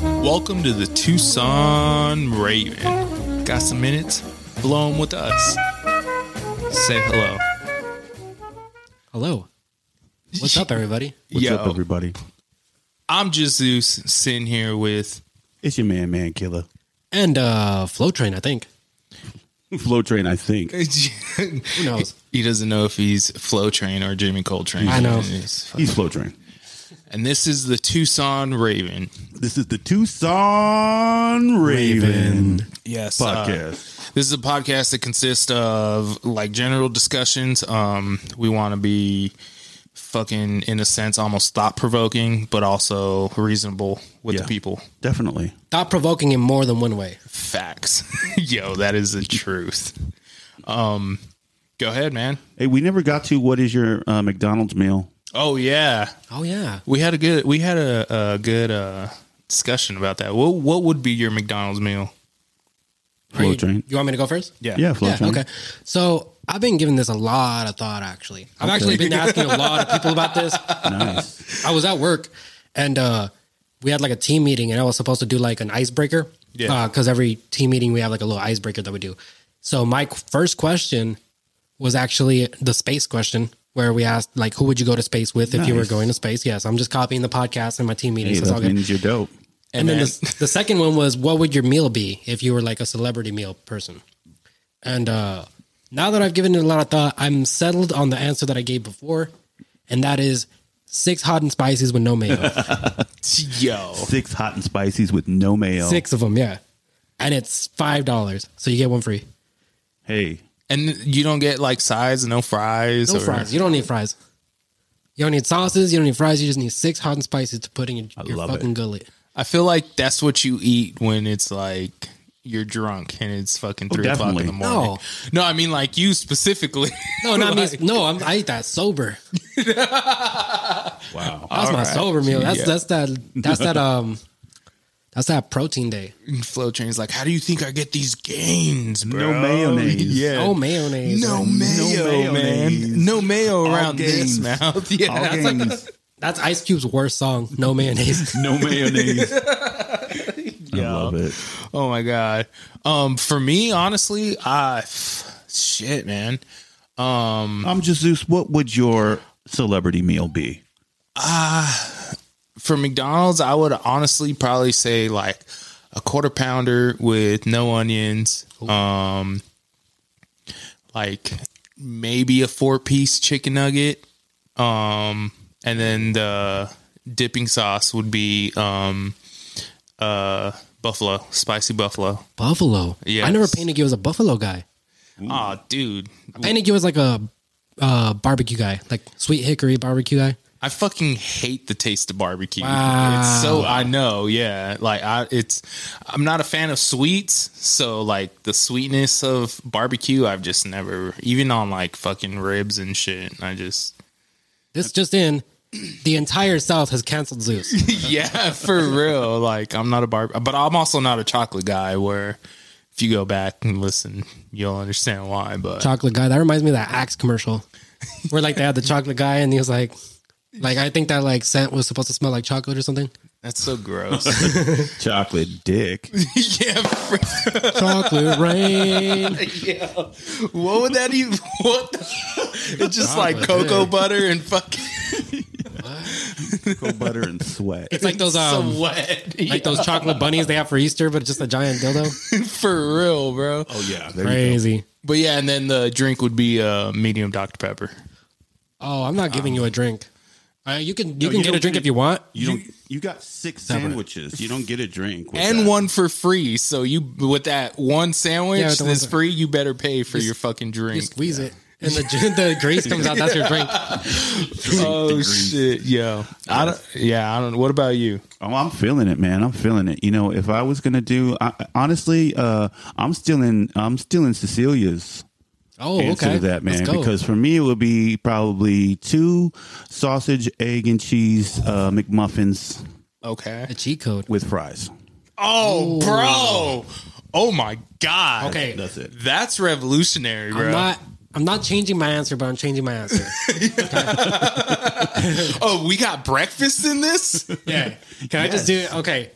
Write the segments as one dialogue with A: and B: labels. A: Welcome to the Tucson Raven. Got some minutes? Blow 'em with us. Say hello.
B: Hello. What's up, everybody?
C: What's
A: Yo,
C: up, everybody?
A: I'm just Zeus sitting here with
C: It's your man, man killer.
B: And uh Flow Train, I think.
C: Flow train, I think.
B: Who knows?
A: He doesn't know if he's Flow Train or Jimmy Coltrane.
B: I know.
A: It's-
C: He's flow train.
A: And this is the Tucson Raven.
C: This is the Tucson Raven
A: Yes. uh,
C: podcast.
A: This is a podcast that consists of like general discussions. Um, we want to be fucking, in a sense, almost thought provoking, but also reasonable with
C: Yeah.
A: the people.
C: Definitely.
B: Thought provoking in more than one way.
A: Facts. Yo, that is the truth. Um, go ahead, man.
C: Hey, we never got to what is your uh, McDonald's meal?
A: Oh yeah,
B: Oh yeah.
A: we had a good we had a, a good uh, discussion about that. What what would be your McDonald's meal?
B: Are you,
C: Flow train.
B: you want me to go first?
C: Yeah, flow
B: Yeah,
C: train.
B: okay. So I've been giving this a lot of thought actually. I've actually been asking a lot of people about this.
C: Nice.
B: I was at work and uh, we had like a team meeting and I was supposed to do like an icebreaker.
A: Yeah.
B: Because every team meeting, we have like a little icebreaker that we do. So my qu- first question was actually the space question where we asked like, who would you go to space with if you were
C: Nice.
B: going to space? Yes. I'm just copying the podcast and my team meeting.
C: Hey,
B: so it's all
C: that
B: good.
C: means you're dope.
B: And, then
A: then-
B: the, the second one was, what would your meal be if you were like a celebrity meal person? And uh, now that I've given it a lot of thought, I'm settled on the answer that I gave before, and that is six hot and spices with no mayo.
A: Yo,
C: Six hot and spices with no mayo.
B: six of them, yeah. And it's five dollars, so you get one free.
C: Hey,
A: and you don't get like sides, no fries,
B: No
A: or-
B: fries. You don't need fries. You don't need sauces. You don't need fries. You just need six hot and spices to put in your, your
C: love
B: fucking
C: it.
B: gullet.
A: I feel like that's what you eat when it's like you're drunk and it's fucking three o'clock in
C: definitely.
A: the morning. No. I mean like you specifically.
B: No, not me. No, I'm, I eat that sober.
C: wow.
B: That's my
A: Alright.
B: sober meal. That's
A: Yeah.
B: that's that that's that um that's that protein day.
A: Flow train's like, how do you think I get these gains, bro?
C: No mayonnaise.
A: Yeah.
B: No mayonnaise.
A: No
B: man.
A: mayo,
C: mayonnaise.
A: man. No mayo around this
C: gains.
A: mouth. Yeah,
C: All
A: that's like-
C: games.
B: That's Ice Cube's worst song. No mayonnaise.
C: no mayonnaise. I
A: Yeah.
C: love it.
A: oh my god. Um, for me, honestly, I shit, man.
C: I'm just Zeus. What would your celebrity meal be?
A: for McDonald's, I would honestly probably say like a quarter pounder with no onions. Um like maybe a four piece chicken nugget. Um and then the dipping sauce would be um uh buffalo, spicy buffalo.
B: buffalo.
A: Yes.
B: I never painted you as a buffalo guy.
A: Oh, dude.
B: I painted you as like a uh, barbecue guy, like sweet hickory barbecue guy.
A: I fucking hate the taste of barbecue.
B: Wow.
A: It's so I know, yeah. Like I it's I'm not a fan of sweets, so like the sweetness of barbecue I've just never even on like fucking ribs and shit. I just
B: This just in, the entire South has canceled Zeus.
A: Yeah, for real. Like I'm not a barb but I'm also not a chocolate guy where if you go back and listen, you'll understand why. But
B: chocolate guy. That reminds me of that Axe commercial where like they had the chocolate guy and he was like, like I think that like scent was supposed to smell like chocolate or something.
A: that's so gross.
C: Chocolate dick.
A: yeah, for-
B: Chocolate rain.
A: yeah. What would that even? What? The, it's just like
B: Chocolate,
A: cocoa
B: yeah.
A: butter and fucking.
C: Cocoa butter and sweat.
B: It's like those um
A: sweat.
B: like those chocolate bunnies they have for Easter, but just a giant dildo.
A: for real, bro.
C: Oh yeah. There
B: Crazy.
A: But yeah, and then the drink would be uh, medium Dr Pepper.
B: Oh, I'm not giving you a drink. Uh, you can you can get a drink if you want.
C: You don't. You got six sandwiches. You don't get a drink. with
A: And
C: that.
A: one for free. So you with that one sandwich
B: Yeah, with the
A: that's
B: ones-
A: free, you better pay for your fucking
B: You
A: drink.
B: squeeze it, and the the grease comes out. That's your drink.
A: Oh shit, yo. I don't yeah, I don't what about you?
C: Oh, I'm feeling it, man. I'm feeling it. You know, if I was gonna do, I, honestly, uh, I'm still in. I'm still in Cecilia's
B: Oh,
C: answer
B: okay.
C: to that, man.
B: Let's go.
C: Because for me, it would be probably two sausage, egg, and cheese uh, McMuffins
A: Okay.
B: a cheat code.
C: with fries.
A: Oh bro. Oh my god.
B: Okay.
C: That's it.
A: That's revolutionary, bro.
B: I'm not. I'm not changing my answer, but I'm changing my answer.
A: oh, we got breakfast in this?
B: yeah. Can I just do it? Okay.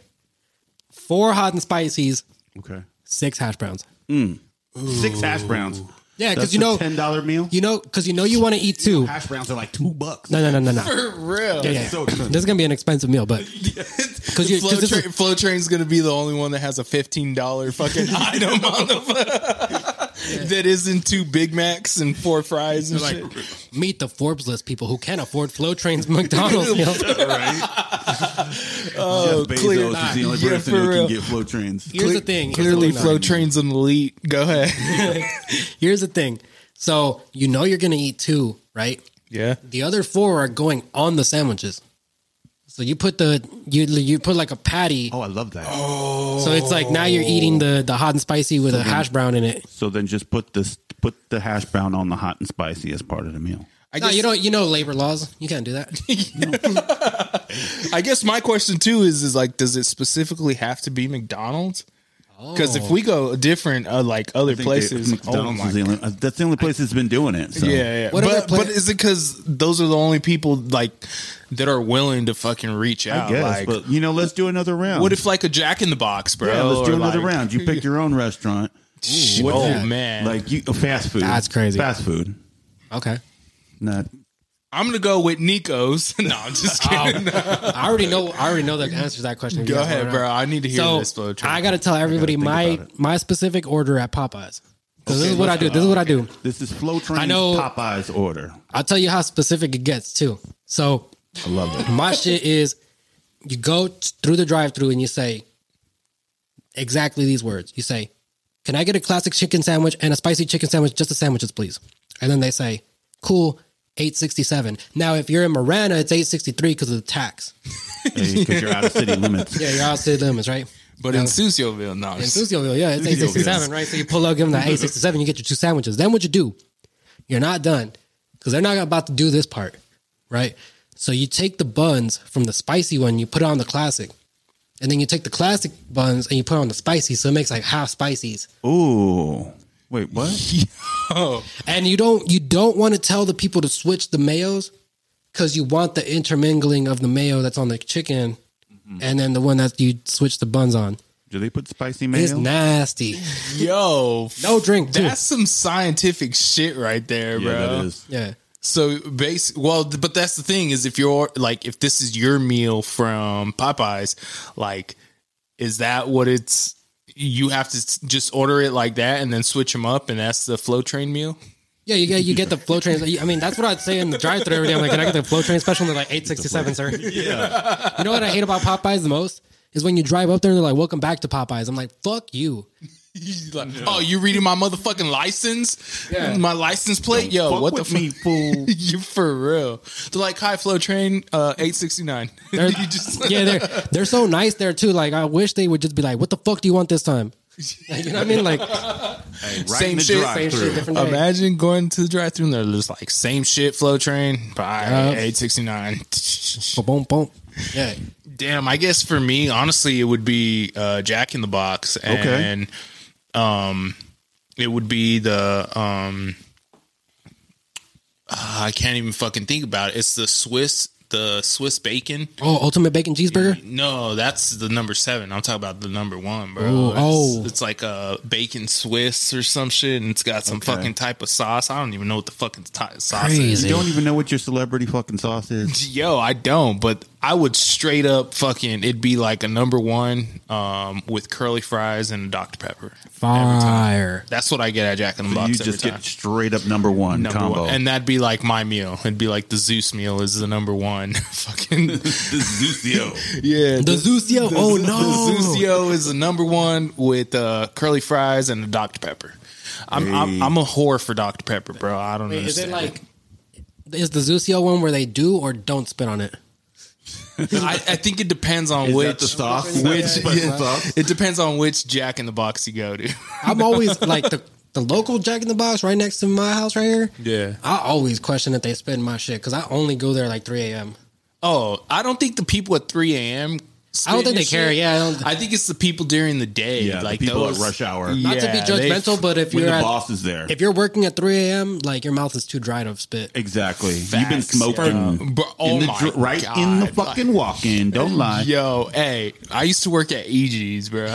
B: Four hot and spices,
C: Okay.
B: six hash browns.
C: Six hash browns.
B: Yeah,
C: That's
B: because you
C: a
B: know,
C: ten dollar meal.
B: you know, because you know, you want to eat two.
C: hash browns are like two bucks.
B: No, no, no, no, no.
A: For real.
B: Yeah, yeah.
C: so expensive.
B: this is gonna be an expensive meal, but because you,
A: Flow,
B: cause this
A: tra-
B: is,
A: Flow Train's gonna be the only one that has a fifteen dollar fucking item on the that isn't two Big Macs and four fries and
B: like
A: shit.
B: meet the Forbes list people who can afford Flow Train's McDonald's meal. uh,
C: Jeff
A: clear-
C: Bezos is the only
A: yeah,
C: person
A: for
C: who
A: real.
C: can get flow trains.
B: Here's the thing. here's the
A: Clearly,
B: thing.
A: Flow Train's an elite. Go ahead.
B: Here's the thing. So you know you're gonna eat two, right?
A: yeah.
B: The other four are going on the sandwiches. So you put the you you put like a patty.
C: Oh, I love that.
B: So it's like now you're eating the the hot and spicy with a hash brown in it.
C: So then just put this put the hash brown on the hot and spicy as part of the meal.
A: I
B: No,
A: guess,
B: you don't. You know labor laws. You can't do that.
A: I guess my question too is is like, does it specifically have to be McDonald's? Because if we go different, uh, like other
C: I think they-
A: places, oh
C: McDonald's
A: my
C: is the only, uh, that's the only place that's been doing it. So.
A: Yeah, yeah.
B: What other
A: but
B: pla-
A: but is it because those are the only people like that are willing to fucking reach out?
C: I guess.
A: like,
C: but you know, let's do another round.
A: what if like a Jack in the Box, bro?
C: yeah, let's do
A: Or,
C: another
A: like-
C: round. You pick your own restaurant.
A: Shit.
C: What's
A: oh
C: it?
A: man,
C: Like you uh, fast food.
B: That's crazy.
C: Fast food.
B: Okay.
C: Not
A: I'm gonna go with Nico's. no, I'm
C: Oh,
A: just kidding.
B: I already know. I already know the answer to that question.
A: go ahead, bro. I need to hear
B: So
A: this, bro.
B: I gotta tell everybody
C: think
B: my
C: about
B: my specific order at Popeyes. Because this
C: Okay,
B: is what I
C: let's
B: do.
C: go.
B: This is what I do.
C: this is flow train
B: I know-
C: Popeyes order.
B: I'll tell you how specific it gets too. So
C: I love it.
B: my shit is you go t- through the drive through and you say exactly these words. You say, Can I get a classic chicken sandwich and a spicy chicken sandwich, just the sandwiches, please? And then they say, Cool, 867. Now, if you're in Marana, it's 863 because of the tax.
C: Because you're out of city limits.
B: Yeah, you're out of city limits, right?
A: but in Sucioville, no. I'm
B: In
A: just-
B: Physioville, yeah, it's eight sixty seven, right? So you pull up, give them that eight sixty seven, you get your two sandwiches. Then what you do? You're not done because they're not about to do this part, right? So you take the buns from the spicy one, you put it on the classic, and then you take the classic buns and you put it on the spicy, so it makes like half spices.
C: Ooh. Wait, what?
A: oh,
B: And you don't you don't want to tell the people to switch the mayos because you want the intermingling of the mayo that's on the chicken and then the one that you switch the buns on.
C: Do they put spicy
B: It's
C: mayo?
B: nasty.
A: yo,
B: No drink, too.
A: That's some scientific shit right there,
C: yeah,
A: bro.
C: that is.
B: Yeah.
A: So base well, th- but that's the thing is if you're like if this is your meal from Popeyes, like is that what it's you have to s- just order it like that and then switch them up and that's the flow train meal?
B: Yeah, you get you get the flow trains. I mean, that's what I'd say in the drive thru every day. I'm like, can I get the flow train special? And they're like, eight sixty seven, sir. Yeah. You know what I hate about Popeyes the most is when you drive up there and they're like, welcome back to Popeyes. I'm like, fuck you.
A: Like, Oh, you reading my motherfucking license?
B: Yeah.
A: My license plate? Yo,
C: Fuck
A: what the
C: with
A: fuck?
C: me, fool?
A: you for real. They're like high flow train uh 869.
B: They're-
A: you just
B: yeah, they're they're so nice there too. Like, I wish they would just be like, what the fuck do you want this time? Like, you know what I mean? Like,
C: Right
A: Same
C: in the
A: shit,
C: drive-thru.
B: same shit, different day.
A: Imagine going to the drive through and they're just like same shit flow train by
B: Yup.
A: 869.
B: boom, boom. Yeah,
A: Damn, I guess for me, honestly, it would be uh, Jack in the Box, and um, it would be the um, ah, I can't even fucking think about it. It's the Swiss, the Swiss bacon.
B: Oh, ultimate bacon cheeseburger.
A: No, that's the number seven. I'm talking about the number one, bro.
B: Ooh,
A: it's,
B: oh.
A: it's like a bacon Swiss or some shit, and it's got some fucking type of sauce. I don't even know what the fucking ty sauce is.
C: You don't even know what your celebrity fucking sauce is.
A: Yo, I don't, but I would straight up fucking it'd be like a number one um with curly fries and Dr. Pepper.
B: Fire.
A: That's what I get at Jack in the Box
C: you
A: every
C: just
A: time.
C: get straight up number one
A: Number
C: combo.
A: one. And that'd be like my meal. It'd be like the Zeus meal is the number one. fucking
C: Zucio.
A: Yeah.
B: The Zucio. Oh
A: The
B: no.
A: Zucio is the number one with uh curly fries and a Dr. Pepper. I'm, I'm I'm a whore for Dr. Pepper, bro. I don't
B: Wait, is it
A: understand.
B: like? Is the Zucio one where they do or don't spit on it?
A: I, I think it depends on
C: Is
A: which
C: that the sauce?
A: Which
C: Is that the special sauce?
A: it depends on which Jack in the Box you go to.
B: I'm always like the, the local Jack in the Box right next to my house right here.
A: Yeah.
B: I always question if they spend my shit because I only go there like 3 a.m.
A: Oh, I don't think the people at 3 a.m.
B: I don't think they
A: Spitting
B: care.
A: shit.
B: Yeah, I don't,
A: I think it's the people during the day,
C: Yeah, the
A: like
C: people at
A: those,
C: rush hour.
B: not to be
A: Yeah, they-
B: judgmental, but if
C: when
B: you're
C: the
B: at,
C: boss is there.
B: if you're working at 3 a.m., like your mouth is too dry to spit.
C: exactly. You've been
A: Facts,
C: smoking
A: yeah. Bro, oh
C: in the
A: my
C: dr- right
A: God,
C: in the
A: like-
C: fucking walk-in. Don't lie.
A: Yo, hey, I used to work at E EG's, bro.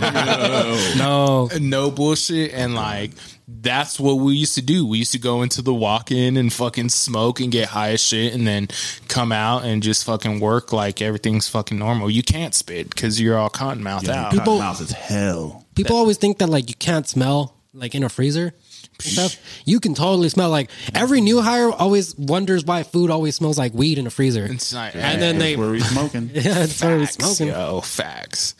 B: No,
A: no bullshit, and like that's what we used to do. We used to go into the walk-in and fucking smoke and get high as shit, and then come out and just fucking work like everything's fucking normal. You can't spit because you're all cotton mouth out.
C: People,
B: People-
C: mouth is hell.
B: people always think that like you can't smell like in a freezer and stuff. You can totally smell like every new hire always wonders why food always smells like weed in a freezer.
A: It's not-
B: and then they
C: That's where we smoking.
B: yeah, it's already
A: Facts,
B: smoking.
A: Yo, facts.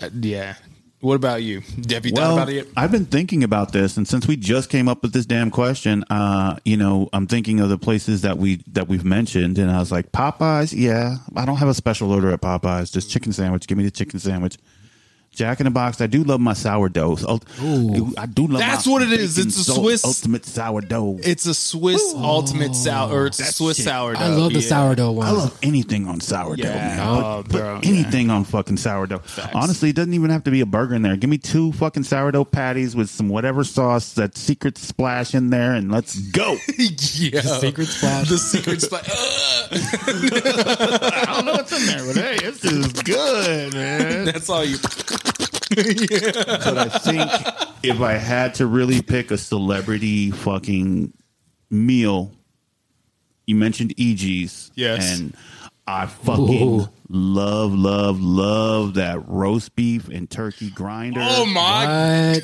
A: Uh, yeah. What about you? Have you thought about it yet?
C: I've been thinking about this, and since we just came up with this damn question, uh, you know, I'm thinking of the places that we that we've mentioned, and I was like, Popeyes, yeah, I don't have a special order at Popeyes. Just chicken sandwich. Give me the chicken sandwich. Jack in the Box. I do love my sourdough. Ult- I do love.
A: That's
C: my
A: what it is.
C: bacon
A: It's a
C: salt
A: Swiss-
C: ultimate sourdough.
A: It's a Swiss ultimate sour, or it's a Swiss
C: shit.
A: sourdough.
B: I love the
A: yeah.
B: sourdough one.
C: I love anything on sourdough,
A: Yeah.
C: man.
A: Oh,
C: Put- put
A: bro, yeah.
C: anything on fucking sourdough. Honestly, it doesn't even have to be a burger in there. Give me two fucking sourdough patties with some whatever sauce, that secret splash in there, and let's go.
A: yeah. The
B: secret splash.
A: The secret splash. Ugh.
C: I don't know what's in there, but hey, this is good, man.
A: That's all you.
C: But I think if I had to really pick a celebrity fucking meal, you mentioned EG's.
A: Yes.
C: And I fucking
B: Ooh.
C: love, love, love that roast beef and turkey grinder.
A: Oh my,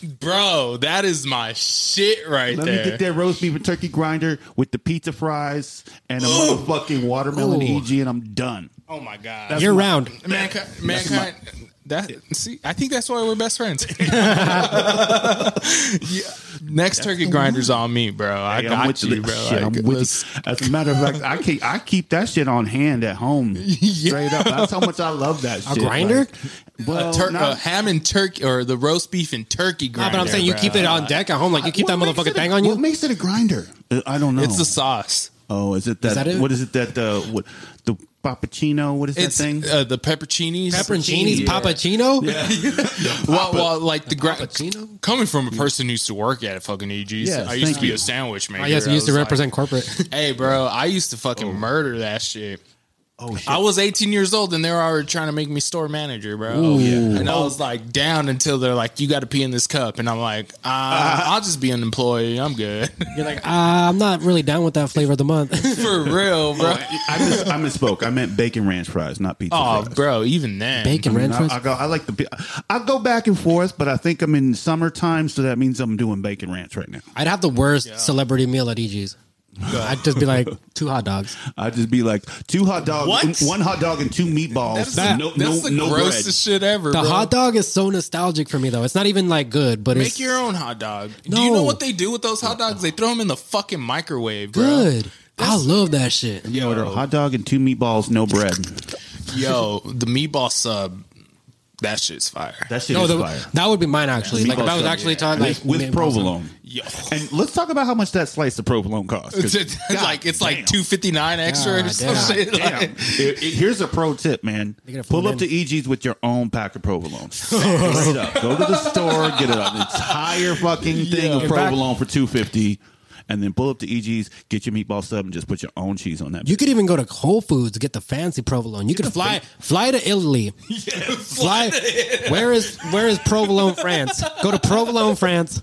B: What?
A: bro, that is my shit right
C: Let
A: there.
C: me get that roast beef and turkey grinder with the pizza fries and a motherfucking watermelon
B: Ooh.
C: EG, and I'm done.
A: Oh my god,
B: Year round.
A: mankind, mankind. That see, I think that's why we're best friends. Yeah. Next turkey grinder's on me, bro. I
C: Hey, I'm
A: got
C: with
A: you,
C: the-
A: bro.
C: shit,
A: Like,
C: I'm with
A: let's-
C: you. As a matter of fact, I keep I keep that shit on hand at home. Straight up, that's how much I love that shit.
B: grinder?
C: Like, well,
A: a tur- uh,
C: not-
A: a ham and turkey or the roast beef and turkey
B: Ah,
A: grinder.
B: but I'm saying you
A: bro.
B: keep it on deck at home. Like you keep that
C: What makes
B: motherfucking
C: it a-
B: thing on
C: What
B: you.
C: makes it a grinder? Uh, I don't know.
A: It's the sauce.
C: oh, is it that?
B: that it?
C: What is it that the what the puppuccino? What is
A: It's
C: that thing?
A: Uh, the pepperoncinis.
B: Pepperoncinis,
A: Yeah.
B: papacino.
A: Well, well, like the gra-
B: Puppuccino?
A: coming from a person who used to work at a fucking EG's.
C: Yes,
A: I used
C: thank
A: to be
C: you.
A: a sandwich maker.
B: I guess we used to
A: was like,
B: represent Oh. corporate.
A: hey, bro, I used to fucking murder that shit.
C: oh shit!
A: I was 18 years old and they were already trying to make me store manager, bro. And
B: Oh.
A: I was like down until they're like, you got to pee in this cup. And I'm like, uh,
B: Ah.
A: I'll just be an employee. I'm good.
B: You're like, ah, I'm not really down with that flavor of the month.
A: For real, bro.
C: I, mis- I misspoke. I meant bacon ranch fries, not pizza.
A: Oh,
C: fries.
A: bro, even then.
B: Bacon ranch
C: I,
B: fries.
C: I go. I like the. bi- I go back and forth, but I think I'm in summertime, so that means I'm doing bacon ranch right now.
B: I'd have the worst celebrity meal at EG's. I'd just be like two hot dogs.
C: I'd just be like two hot dogs,
A: What?
C: one hot dog and two meatballs.
A: That's,
C: and
A: the,
C: no,
A: that's
C: no,
A: the
C: no bread.
A: grossest shit ever,
B: The
A: bro.
B: hot dog is so nostalgic for me though. It's not even like good, but
A: Make
B: it's
A: your own hot dog. Do you know
B: No.
A: what they do with those hot dogs? They throw them in the fucking microwave, bro.
B: good. I love that shit.
C: You order a hot dog and two meatballs, no bread.
A: Yo, the meatball sub, that shit's fire.
C: That shit
B: No,
C: is
B: the-
C: fire.
B: that would be mine actually. like if I
C: Meatball
B: was
C: sub,
B: actually
C: yeah.
B: talking like
C: with, with
B: meatballs.
C: provolone.
A: Yo.
C: And let's talk about how much that slice of provolone costs. 'cause
A: It's, it's
C: God
A: like it's
C: damn.
A: like two fifty nine extra or
B: God
A: some
B: damn.
A: shit.
C: Damn.
A: Like,
C: Here- here's a pro tip, man.
B: gotta
C: Pull
B: phone
C: up to EG's with your own pack of provolone. Straight up. Go to the store, get an entire fucking thing of
B: In fact-
C: provolone for two fifty, and then pull up to EG's, get your meatball sub, and just put your own cheese on that.
B: You could even go to Whole Foods get the fancy provolone. You could fly fly to Italy. fly. Where is where is provolone, France? Go to provolone, France.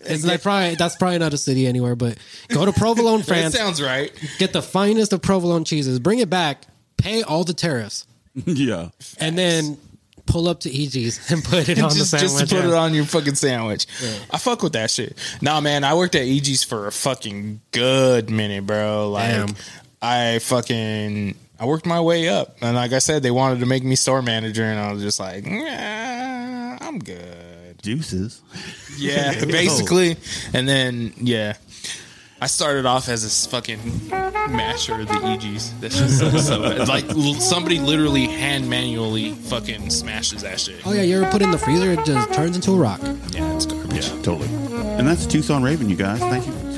B: It's like probably that's probably not a city anywhere, but go to provolone,
A: that
B: France.
A: sounds right.
B: get the finest of provolone cheeses, bring it back, pay all the tariffs,
C: yeah.
B: and then pull up to EG's and put it on
A: Just,
B: the
A: just
B: sandwich.
A: to put it on your fucking sandwich. I fuck with that shit. Nah, man, I worked at EG's for a fucking good minute, bro. Like
B: Damn.
A: I fucking I worked my way up, and like I said, they wanted to make me store manager, and I was just like, nah, I'm good.
C: Deuces.
A: Yeah, basically. And then yeah. I started off as this fucking masher of the E EGs. That's just so, so bad. Like l- somebody literally hand manually fucking smashes that shit.
B: Oh yeah, you ever put it in the freezer? It just turns into a rock.
A: Yeah, it's garbage.
C: Yeah, totally. And that's Tucson Raven, you guys. Thank you for